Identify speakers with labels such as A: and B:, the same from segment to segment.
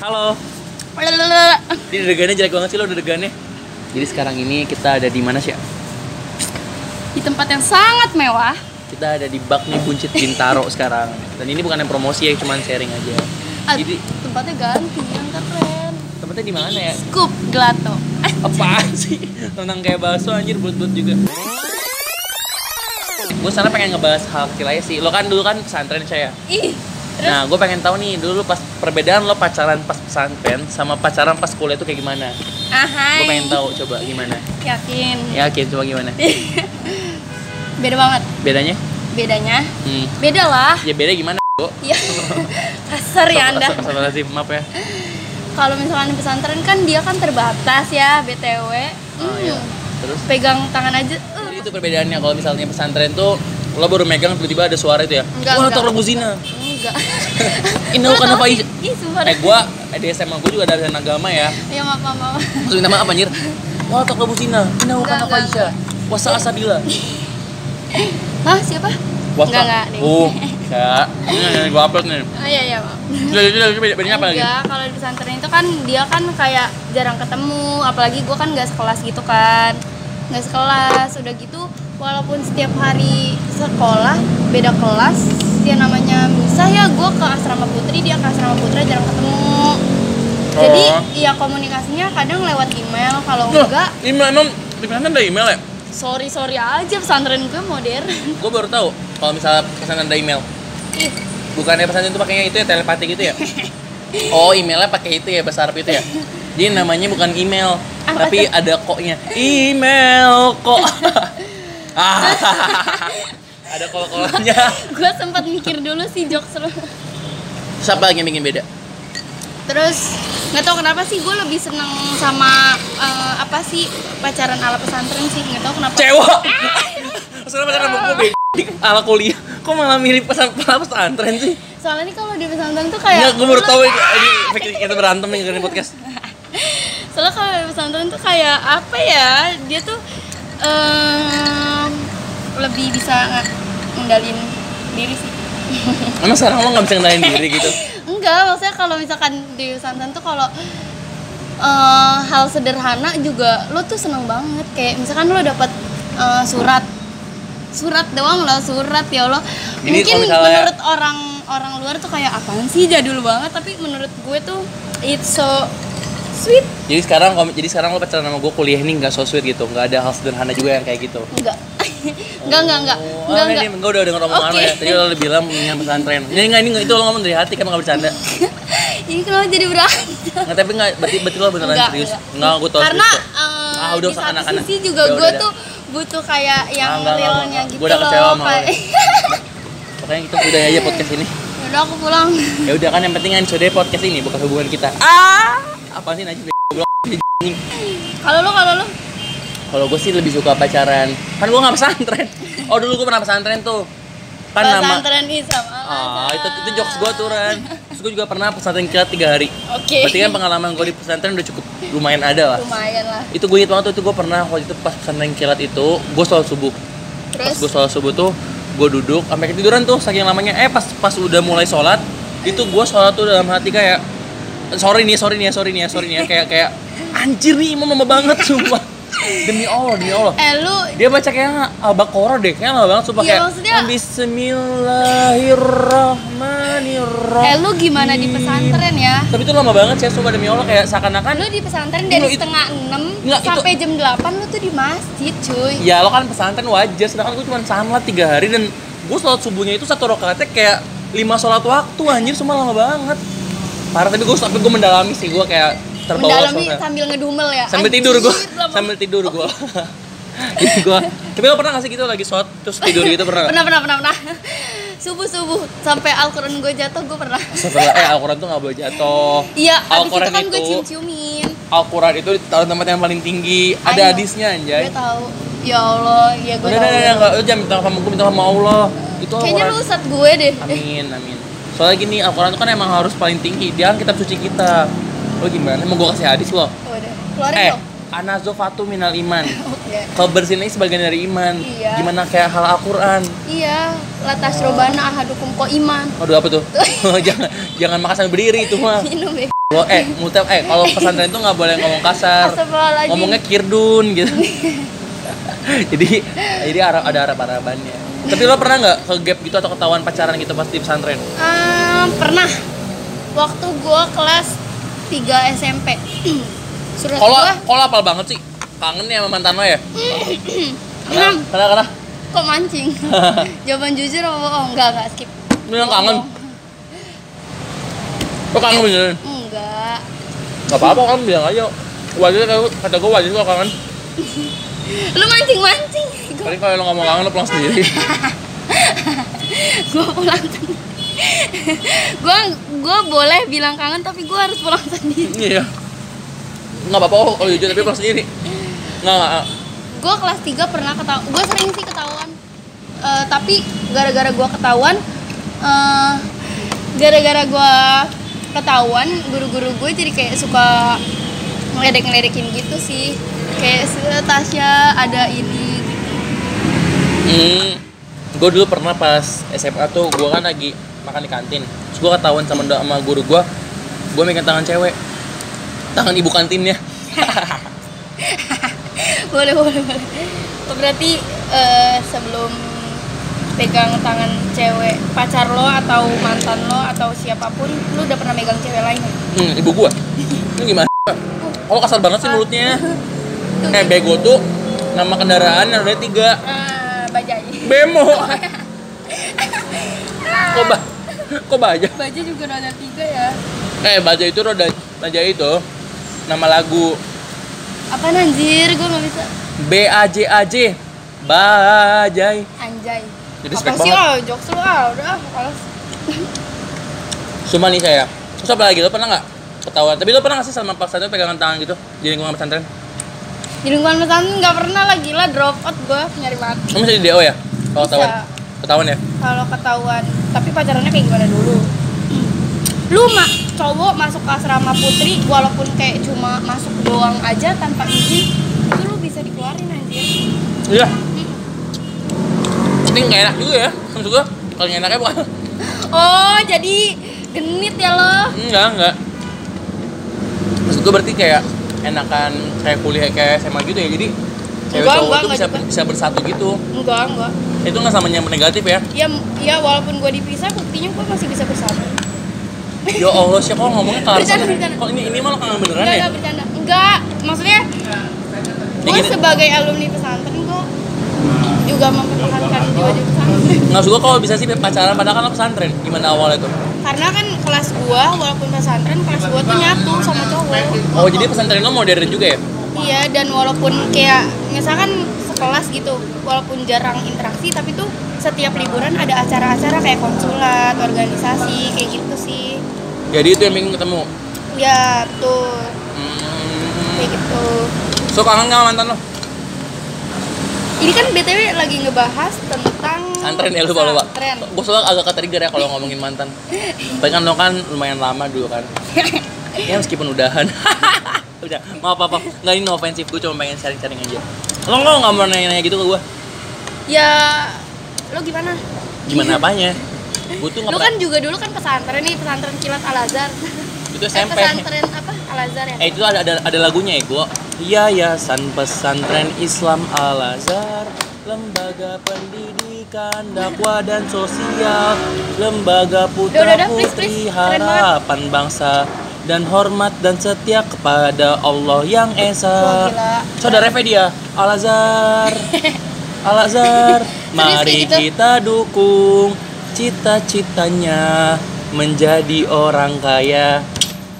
A: Halo. Ini degannya jelek banget sih lo degannya. Jadi sekarang ini kita ada di mana sih? ya?
B: Di tempat yang sangat mewah.
A: Kita ada di bak nih Buncit Bintaro sekarang. Dan ini bukan yang promosi ya, cuman sharing aja.
B: Ah,
A: Jadi
B: tempatnya ganti, yang keren.
A: tempatnya di mana ya?
B: Scoop gelato. Eh,
A: Apaan sih? Tentang kayak bakso anjir buat-buat juga. Gue sana pengen ngebahas hal kecil aja sih. Lo kan dulu kan pesantren saya.
B: Ih, terus
A: Nah, gue pengen tahu nih dulu pas perbedaan lo pacaran pas pesantren sama pacaran pas kuliah itu kayak gimana?
B: ahai.
A: Gue pengen tahu coba gimana.
B: Yakin.
A: Ya, oke coba gimana?
B: Beda banget
A: Bedanya?
B: bedanya.
A: Hmm.
B: Beda lah.
A: Ya beda gimana, Bo?
B: Ya. Kasar ya Anda. Mm.
A: Asal maaf ya.
B: Kalau misalkan di pesantren kan dia kan terbatas ya, BTW.
A: Oh, iya.
B: Hmm,
A: Terus
B: Pegang tangan aja. eh.
A: jadi itu perbedaannya kalau misalnya pesantren tuh lo baru megang tiba-tiba ada suara itu ya.
B: Enggak,
A: Wah,
B: enggak.
A: tau lagu zina.
B: Enggak.
A: Ini
B: Lo
A: lo kenapa
B: tau-
A: Is?
B: Ih, sumpah.
A: Eh, gua di SMA gua juga ada azan agama ya.
B: Ya maaf, maaf, maaf.
A: Terus minta maaf anjir. Wah, tak lagu zina. Ini lo
B: Enggak,
A: kenapa
B: enggak,
A: Isya? Wasa asabila.
B: Hah, siapa? Enggak, enggak. deh.
A: Oh, ya. Ini yang gua upload nih.
B: Oh iya, iya, maaf.
A: Sudah, sudah, sudah, bedanya apa lagi?
B: Enggak, kalau di pesantren itu kan dia kan kayak jarang ketemu, apalagi gue kan nggak sekelas gitu kan, nggak sekelas. Udah gitu, walaupun setiap hari sekolah beda kelas, yang namanya misah ya gue ke asrama putri, dia ke asrama putra jarang ketemu. Jadi
A: Oh.
B: ya komunikasinya kadang lewat email, kalau
A: Loh,
B: enggak
A: Email emang di pesantren ada email ya?
B: sorry sorry aja pesantren gue modern.
A: Gua baru tahu kalau misalnya pesantren ada email.
B: Ih,
A: Bukannya pesan itu pakainya itu ya telepati gitu ya? Oh, emailnya pakai itu ya bahasa Arab itu ya. Jadi namanya bukan email,
B: Apa
A: tapi ada koknya. Email kok. Ah. ada kol-kolannya.
B: gue sempat mikir dulu sih jokes lo.
A: Siapa lagi yang bikin beda?
B: terus nggak tahu kenapa sih gue lebih seneng sama eh, apa sih pacaran ala pesantren sih nggak tahu kenapa
A: Cewek. Soalnya pacaran sama gue bego. ala kuliah. Kok malah mirip pesan malah pesantren sih?
B: soalnya nih kalau di pesantren tuh kayak
A: Enggak, gue baru tahu ini ini kita berantem nih karena podcast.
B: soalnya kalau di pesantren tuh kayak apa ya dia tuh em, lebih bisa nge- ngendalin diri sih
A: Emang sekarang lo nggak bisa ngendalin diri gitu?
B: enggak maksudnya kalau misalkan di pesantren tuh kalau eh, hal sederhana juga lo tuh seneng banget kayak misalkan lo dapat eh, surat surat doang loh surat ya Allah
A: Ini
B: mungkin
A: kalau misalnya-
B: menurut orang orang luar tuh kayak apaan sih jadul banget tapi menurut gue tuh it's so sweet
A: Jadi sekarang kalau- jadi sekarang lo pacaran sama gue kuliah ini nggak so sweet gitu, nggak ada hal sederhana juga yang kayak gitu.
B: enggak enggak enggak enggak
A: Oh,
B: enggak
A: enggak,
B: enggak
A: enggak, udah denger omongan lo
B: Oke.
A: ya. Tadi lo udah bilang punya pesantren. Ini enggak ini enggak, itu lo ngomong dari hati kan enggak bercanda.
B: ini kenapa jadi berantem
A: Enggak, tapi enggak berarti berarti lo beneran
B: Enggak,
A: serius.
B: enggak.
A: Enggak, gue tahu
B: karena
A: serius kok.
B: eh,
A: Ah, udah
B: di
A: usah
B: satu
A: anak-anak.
B: sisi juga
A: Udah,
B: gue
A: udah,
B: tuh butuh kayak yang
A: enggak, enggak,
B: realnya
A: enggak.
B: gitu
A: Gua udah kecewa sama
B: kayak
A: Pokoknya kita udah aja podcast ini.
B: udah aku pulang
A: Ya udah kan yang penting kan sudah podcast ini bukan hubungan kita. Ah, apa sih najib? goblok, anjing.
B: kalau lo kalau lo
A: Kalau gue sih lebih suka pacaran. Kan gue nggak pesantren. Oh dulu gue pernah pesantren tuh. Kan nama.
B: pesantren Islam
A: Ah, itu itu jokes gue tuh Ren. Terus gue juga pernah pesantren kilat tiga hari.
B: oke
A: Berarti kan pengalaman gue di pesantren udah cukup lumayan ada lah.
B: lumayan lah
A: Itu gue inget banget tuh, itu gue pernah waktu itu pas pesantren kilat itu gue sholat subuh. Pas
B: terus
A: gue sholat subuh tuh gue duduk sampai ketiduran tuh saking lamanya. Eh pas pas udah mulai sholat itu gue sholat tuh dalam hati kayak sorry nih sorry nih ya, sorry nih ya, sorry nih ya. kayak kayak anjir nih imam lama banget sumpah demi allah demi allah
B: eh lu
A: dia baca kayak al-baqarah deh kayaknya lama banget sumpah
B: Iya,
A: kayak
B: maksudnya-
A: Bismillahirrahmanirrahim
B: eh lu gimana di pesantren ya
A: tapi itu lama banget saya sumpah demi Allah kayak seakan-akan
B: lu di pesantren
A: Lu
B: dari
A: itu-
B: setengah enam
A: Nggak, itu-
B: sampai jam delapan lu tuh di masjid cuy
A: ya lo kan pesantren wajar sedangkan gue cuma sanlat tiga hari dan gue sholat subuhnya itu satu rakaatnya kayak lima sholat waktu anjir semua lama banget parah tapi gue tapi gue mendalami sih gue kayak terbawa
B: mendalami
A: suasana
B: sambil ngedumel ya
A: sambil
B: Anjir,
A: tidur gue
B: lama.
A: sambil tidur gue Gitu gue tapi lo pernah gak sih gitu lagi sholat terus tidur gitu pernah gak?
B: pernah pernah pernah pernah subuh subuh sampai Al-Quran gue jatuh gue pernah
A: Astagfirullah, eh Al-Quran tuh gak boleh jatuh
B: iya abis itu
A: Al-Quran
B: kan gue
A: itu-
B: cium-ciumin
A: Al-Quran itu ditaruh di tempat yang paling tinggi
B: Ayo.
A: ada hadisnya anjay
B: gue tahu ya Allah ya gue
A: udah udah udah
B: tahu
A: nggak lu jangan minta sama gue minta sama Allah itu
B: kayaknya
A: Al-Quran
B: lu ustad gue deh
A: Oh,
B: Eh,
A: amin amin soalnya gini Al-Quran itu kan emang harus paling tinggi dia kan kitab suci kita lo gimana mau gue kasih hadis lo
B: Udah, keluarin
A: eh
B: dong. Iya.
A: anazofatu minal iman
B: Oke.
A: kebersihan ini sebagian dari iman
B: Iya.
A: gimana kayak hal Al-Quran
B: Iya, latas robana ahadukum ko iman.
A: aduh apa tuh jangan jangan makan sambil berdiri itu mah
B: Minum ya.
A: lo eh mutem eh kalau pesantren itu nggak boleh ngomong kasar
B: Astagfirullahaladzim.
A: Ah. ngomongnya kirdun gitu jadi jadi Arab ada Arab Arabannya tapi lo pernah nggak ke gap gitu atau ketahuan pacaran gitu pas di pesantren
B: Ehm, pernah waktu gue kelas 3 SMP surat
A: kalau
B: gue
A: kalau apal banget sih kangen ya sama mantan lo ya Nah,
B: enam
A: karena karena karena
B: kok mancing jawaban jujur apa bohong enggak enggak skip
A: lo yang kangen lo kangen beneran
B: enggak
A: nggak apa apa kan bilang aja wajar kalau kata gue wajar kalau kangen
B: lu mancing mancing gue
A: paling kalau lo nggak mau kangen lo pulang sendiri
B: gue pulang sendiri gue gue boleh bilang kangen tapi gue harus pulang sendiri
A: iya nggak apa apa oh, kalau jujur tapi pulang sendiri nggak nggak.
B: gue kelas 3 pernah ketahuan gue sering sih ketahuan Eh, tapi gara-gara gue ketahuan eh, gara-gara gue ketahuan guru-guru gue jadi kayak suka ngeledek-ngeledekin gitu sih kayak "Se- Tasya ada ini
A: Hmm, gue dulu pernah pas SMA tuh gue kan lagi makan di kantin. Terus gue ketahuan sama do- sama guru gue, gue megang tangan cewek, tangan ibu kantinnya.
B: boleh boleh boleh Oh, berarti eh, sebelum pegang tangan cewek pacar lo atau mantan lo atau siapapun lo udah pernah megang cewek lain ya?
A: Hmm, ibu gue. Ini gimana? Kalau kasar banget sih mulutnya. Eh bego tuh nama kendaraan yang ada tiga.
B: ah bajai
A: Bemo. Kok ba? Kok baja?
B: baja juga roda tiga ya
A: Eh baja itu roda baja itu nama lagu
B: apa anjir gue nggak bisa
A: B A J A J Bajai.
B: anjay
A: Jadi
B: apa
A: spek
B: sih
A: banget.
B: ah jokes lu ah udah ah, males
A: Cuma nih saya. Terus apa lagi? Lo pernah nggak ketahuan? Tapi lo pernah nggak sih sama pesantren pegangan tangan gitu di lingkungan pesantren?
B: di lingkungan pesantren nggak pernah lah gila drop out gue nyari mati
A: Kamu bisa di DO ya? Kalau
B: Bisa.
A: ketahuan? Ketahuan ya?
B: kalau ketahuan tapi pacarannya kayak gimana dulu lu mak cowok masuk ke asrama putri walaupun kayak cuma masuk doang aja tanpa izin itu lu bisa dikeluarin anjir
A: Iya. Ini nggak enak juga ya? Maksud gua kalau nggak enaknya bukan?
B: oh jadi genit ya lo
A: Enggak enggak. Maksud gua berarti kayak enakan kayak kuliah kayak SMA gitu ya? Jadi cewek
B: Enggak,
A: cowok
B: enggak,
A: tuh bisa
B: enggak juga.
A: bisa bersatu gitu.
B: enggak enggak
A: Itu nggak sama nyampe negatif ya?
B: ya ya walaupun gue dipisah buktinya gue masih bisa bersama
A: Ya Allah sih kok ngomongnya kelar
B: Bercanda,
A: banget.
B: bercanda.
A: Kok ini ini malah kangen beneran
B: enggak
A: ya?
B: enggak bercanda enggak maksudnya
A: Ya
B: gue
A: gini.
B: sebagai alumni pesantren gue juga mempertahankan jiwa-jiwa pesantren
A: Nggak suka kalau bisa sih pacaran padahal kan lo pesantren. Gimana awalnya tuh?
B: karena kan kelas gua walaupun pesantren kelas gua tuh nyatu sama cowok
A: Oh jadi pesantren lo modern juga ya?
B: iya dan walaupun kayak misalkan sekelas gitu walaupun jarang interaksi tapi tuh setiap liburan ada acara-acara kayak konsulat organisasi kayak gitu sih
A: Jadi itu yang pengen ketemu.
B: ya tuh
A: Hmm.
B: kayak gitu
A: So kangen nggak sama mantan lo?
B: ini kan btw lagi ngebahas tentang
A: Pesantren ya lupa lupa.
B: pesantren.
A: Gue soalnya agak ketrigger ya kalau ngomongin mantan. Tapi kan lo kan lumayan lama dulu kan. Ya meskipun udahan. Udah, maaf apa nggak ini no offensive gue cuma pengen sharing-sharing aja. Lo nggak nggak mau nanya-nanya gitu ke gue?
B: ya lo gimana
A: Gimana apanya? Gue tuh nggak
B: lo kan juga dulu kan pesantren nih pesantren kilat al azhar
A: pernah- itu
B: Eh,
A: SMP.
B: pesantren apa al azhar ya
A: Eh itu ada ada, ada lagunya ya gue. Yayasan Pesantren Islam Al Azhar, Lembaga Pendidikan Dakwah dan Sosial, Lembaga Putra
B: Udah, udah, udah, please,
A: Putri
B: please. Keren banget.
A: Harapan Bangsa dan hormat dan setia kepada Allah yang
B: Wah,
A: esa.
B: gila.
A: Saudara dia Al Azhar. Al Azhar, mari
B: kayak gitu?
A: kita dukung cita-citanya menjadi orang kaya.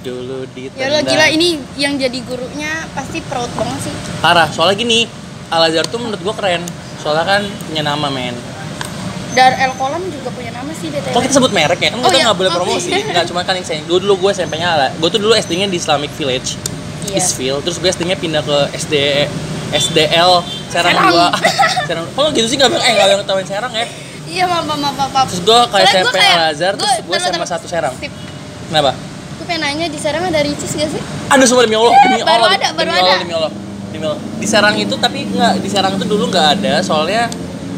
A: Dulu di
B: Ya lo gila ini yang jadi gurunya pasti proud banget sih.
A: parah soalnya gini Al Azhar tuh menurut gua keren soalnya kan punya nama men
B: Dar El Kolam juga punya nama sih BTW.
A: kok kita sebut merek ya kan
B: Oh,
A: kita
B: iya.
A: nggak boleh
B: Oh.
A: promosi nggak cuma kan yang saya dulu dulu gue SMP nya Al- gua tuh dulu SD nya di Islamic Village
B: Iya.
A: Eastfield terus gue SD nya pindah ke SD SDL Serang
B: Serang.
A: 2 Serang kalau gitu sih nggak bilang eh nggak bilang ketahuan Serang ya
B: Iya, maaf, maaf, maaf, maaf.
A: terus gue ke
B: Soalnya
A: SMP
B: gua kayak-
A: Al Azhar terus
B: gua-
A: gue
B: taruh,
A: SMA
B: taruh.
A: satu Serang
B: Sip.
A: kenapa
B: Gue pengen nanya di Serang ada Ricis gak sih?
A: Aduh sumpah demi Allah, demi
B: Baru
A: Allah,
B: ada,
A: demi
B: baru
A: Allah,
B: ada.
A: demi Allah, demi Allah. Di Serang itu tapi nggak, di Serang itu dulu nggak ada, soalnya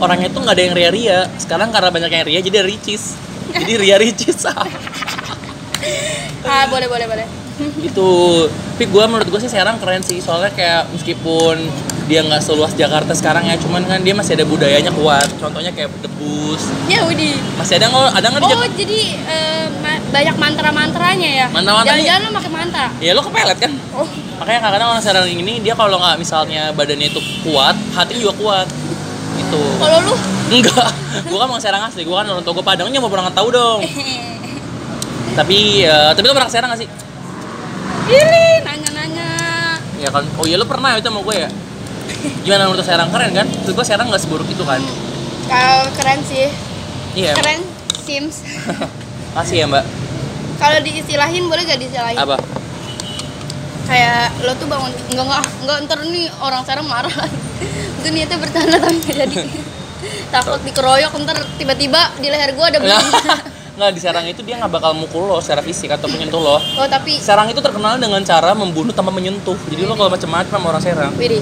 A: orangnya tuh nggak ada yang ria-ria. Sekarang karena banyak yang ria, jadi ada ricis. Jadi ria ricis.
B: Ah, boleh, boleh, boleh.
A: itu Gitu. tapi gue menurut gue sih Serang keren sih soalnya kayak meskipun dia nggak seluas Jakarta sekarang ya cuman kan dia masih ada budayanya kuat contohnya kayak debus
B: Ya Udi.
A: masih ada nggak ada nggak di
B: Oh
A: Jakarta
B: jadi eh, ma- banyak mantra-mantranya ya?
A: Mantra-mantra
B: Jangan-jangan lo pakai mantra?
A: ya lo kepelet kan
B: Oh.
A: makanya kadang-kadang orang Serang ini dia kalau nggak misalnya badannya itu kuat hatinya juga kuat gitu
B: Kalau lu?
A: enggak gue kan orang Serang asli gue kan orang Togo Padang mau pernah tahu dong tapi ya tapi lo pernah ke Serang nggak sih
B: Ini nanya-nanya.
A: ya kan oh iya lo pernah ya itu sama gue ya gimana menurut lo Serang keren kan menurut gue Serang nggak seburuk itu kan
B: Kalau keren sih,
A: iya
B: keren Sims.
A: kasih ya mbak
B: Kalau diistilahin boleh gak diistilahin?
A: apa
B: Kayak lo tuh bangun enggak enggak enggak ntar nih orang sekarang marah lagi. Itu niatnya bercanda tapi nggak jadi. Takut dikeroyok ntar tiba-tiba di leher gua ada
A: Nggak.
B: belinya.
A: nggak Nah, di Serang itu dia nggak bakal mukul lo secara fisik atau menyentuh lo
B: Oh tapi
A: Serang itu terkenal dengan cara membunuh tanpa menyentuh jadi lo kalau macam-macam sama orang Serang
B: Widih.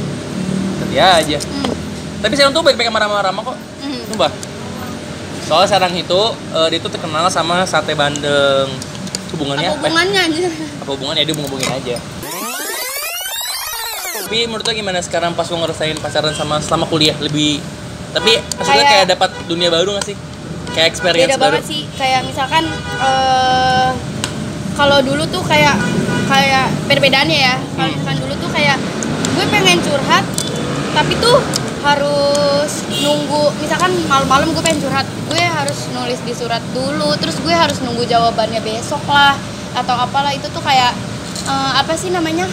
A: ya aja
B: Hmm.
A: tapi Serang tuh baik-baik sama ramah-ramah kok
B: Hmm.
A: Sumpah. Soal Serang itu eh, dia itu terkenal sama sate bandeng. Hubungannya apa?
B: Apa hubungannya anjir?
A: Apa hubungannya Ya, dia hubungin aja. Tapi menurut lo gimana sekarang pas lo ngerasain pacaran sama selama kuliah lebih tapi maksudnya kayak,
B: Kayak-
A: dapat dunia baru gak sih? Kayak experience
B: beda
A: baru.
B: banget sih kayak misalkan eh kalau dulu tuh kayak kayak perbedaannya ya kalau
A: Hmm.
B: misalkan dulu tuh kayak gue pengen curhat tapi tuh harus nunggu misalkan malam-malam gue pengen curhat gue harus nulis di surat dulu terus gue harus nunggu jawabannya besok lah atau apalah itu tuh kayak eh, apa sih namanya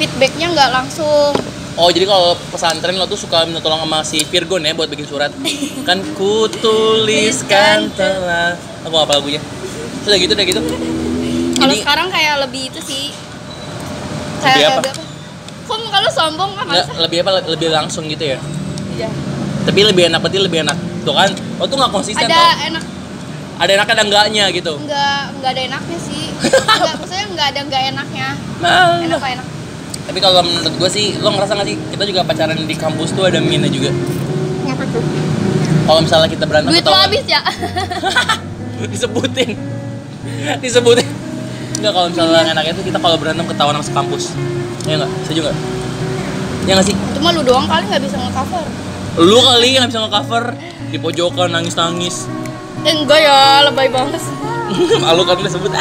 B: feedbacknya nggak langsung
A: Oh, jadi kalau pesantren lo tuh suka minta tolong sama si Virgon ya buat bikin surat. kan ku tuliskan telah. Aku apa lagunya? Sudah gitu, udah gitu.
B: kalau
A: Jadi-
B: sekarang kayak lebih itu sih
A: Lebih apa?
B: kok kalau sombong kan
A: Nggak,
B: masa
A: lebih apa? Lebih langsung gitu ya.
B: Iya.
A: tapi lebih enak berarti lebih enak tuh kan lo tuh nggak konsisten
B: ada
A: tau
B: enak
A: ada enak ada enggaknya gitu
B: nggak nggak ada enaknya sih nggak maksudnya nggak ada nggak enaknya enak apa enak
A: Nah, tapi kalau menurut gue sih lo ngerasa nggak sih kita juga pacaran di kampus tuh ada minusnya juga kalau misalnya kita berantem
B: duit lo
A: ketahuan-
B: habis ya
A: disebutin disebutin nggak kalau misalnya enaknya tuh kita kalau berantem ketahuan sama sekampus ya nggak setuju nggak ya nggak sih
B: cuma lu doang kali nggak bisa ngecover
A: lu kali yang nggak bisa nge-cover di pojokan nangis nangis
B: eh, enggak ya lebay banget sih.
A: malu kan disebut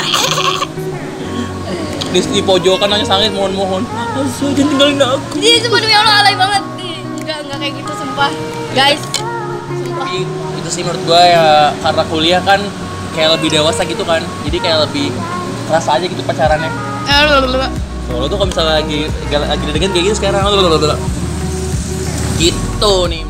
A: di, di pojokan nangis nangis mohon mohon Asu, jangan tinggalin aku
B: Ih, Iya, cuma demi Allah alay banget Ih, enggak enggak kayak gitu sumpah guys sumpah
A: Tapi itu sih menurut gue ya karena kuliah kan kayak lebih dewasa gitu kan jadi kayak lebih kerasa aja gitu pacarannya
B: Eh, lu, lu, lu.
A: so, lo tuh kalau misalnya lagi lagi didengerin kayak gini sekarang lo gitu nih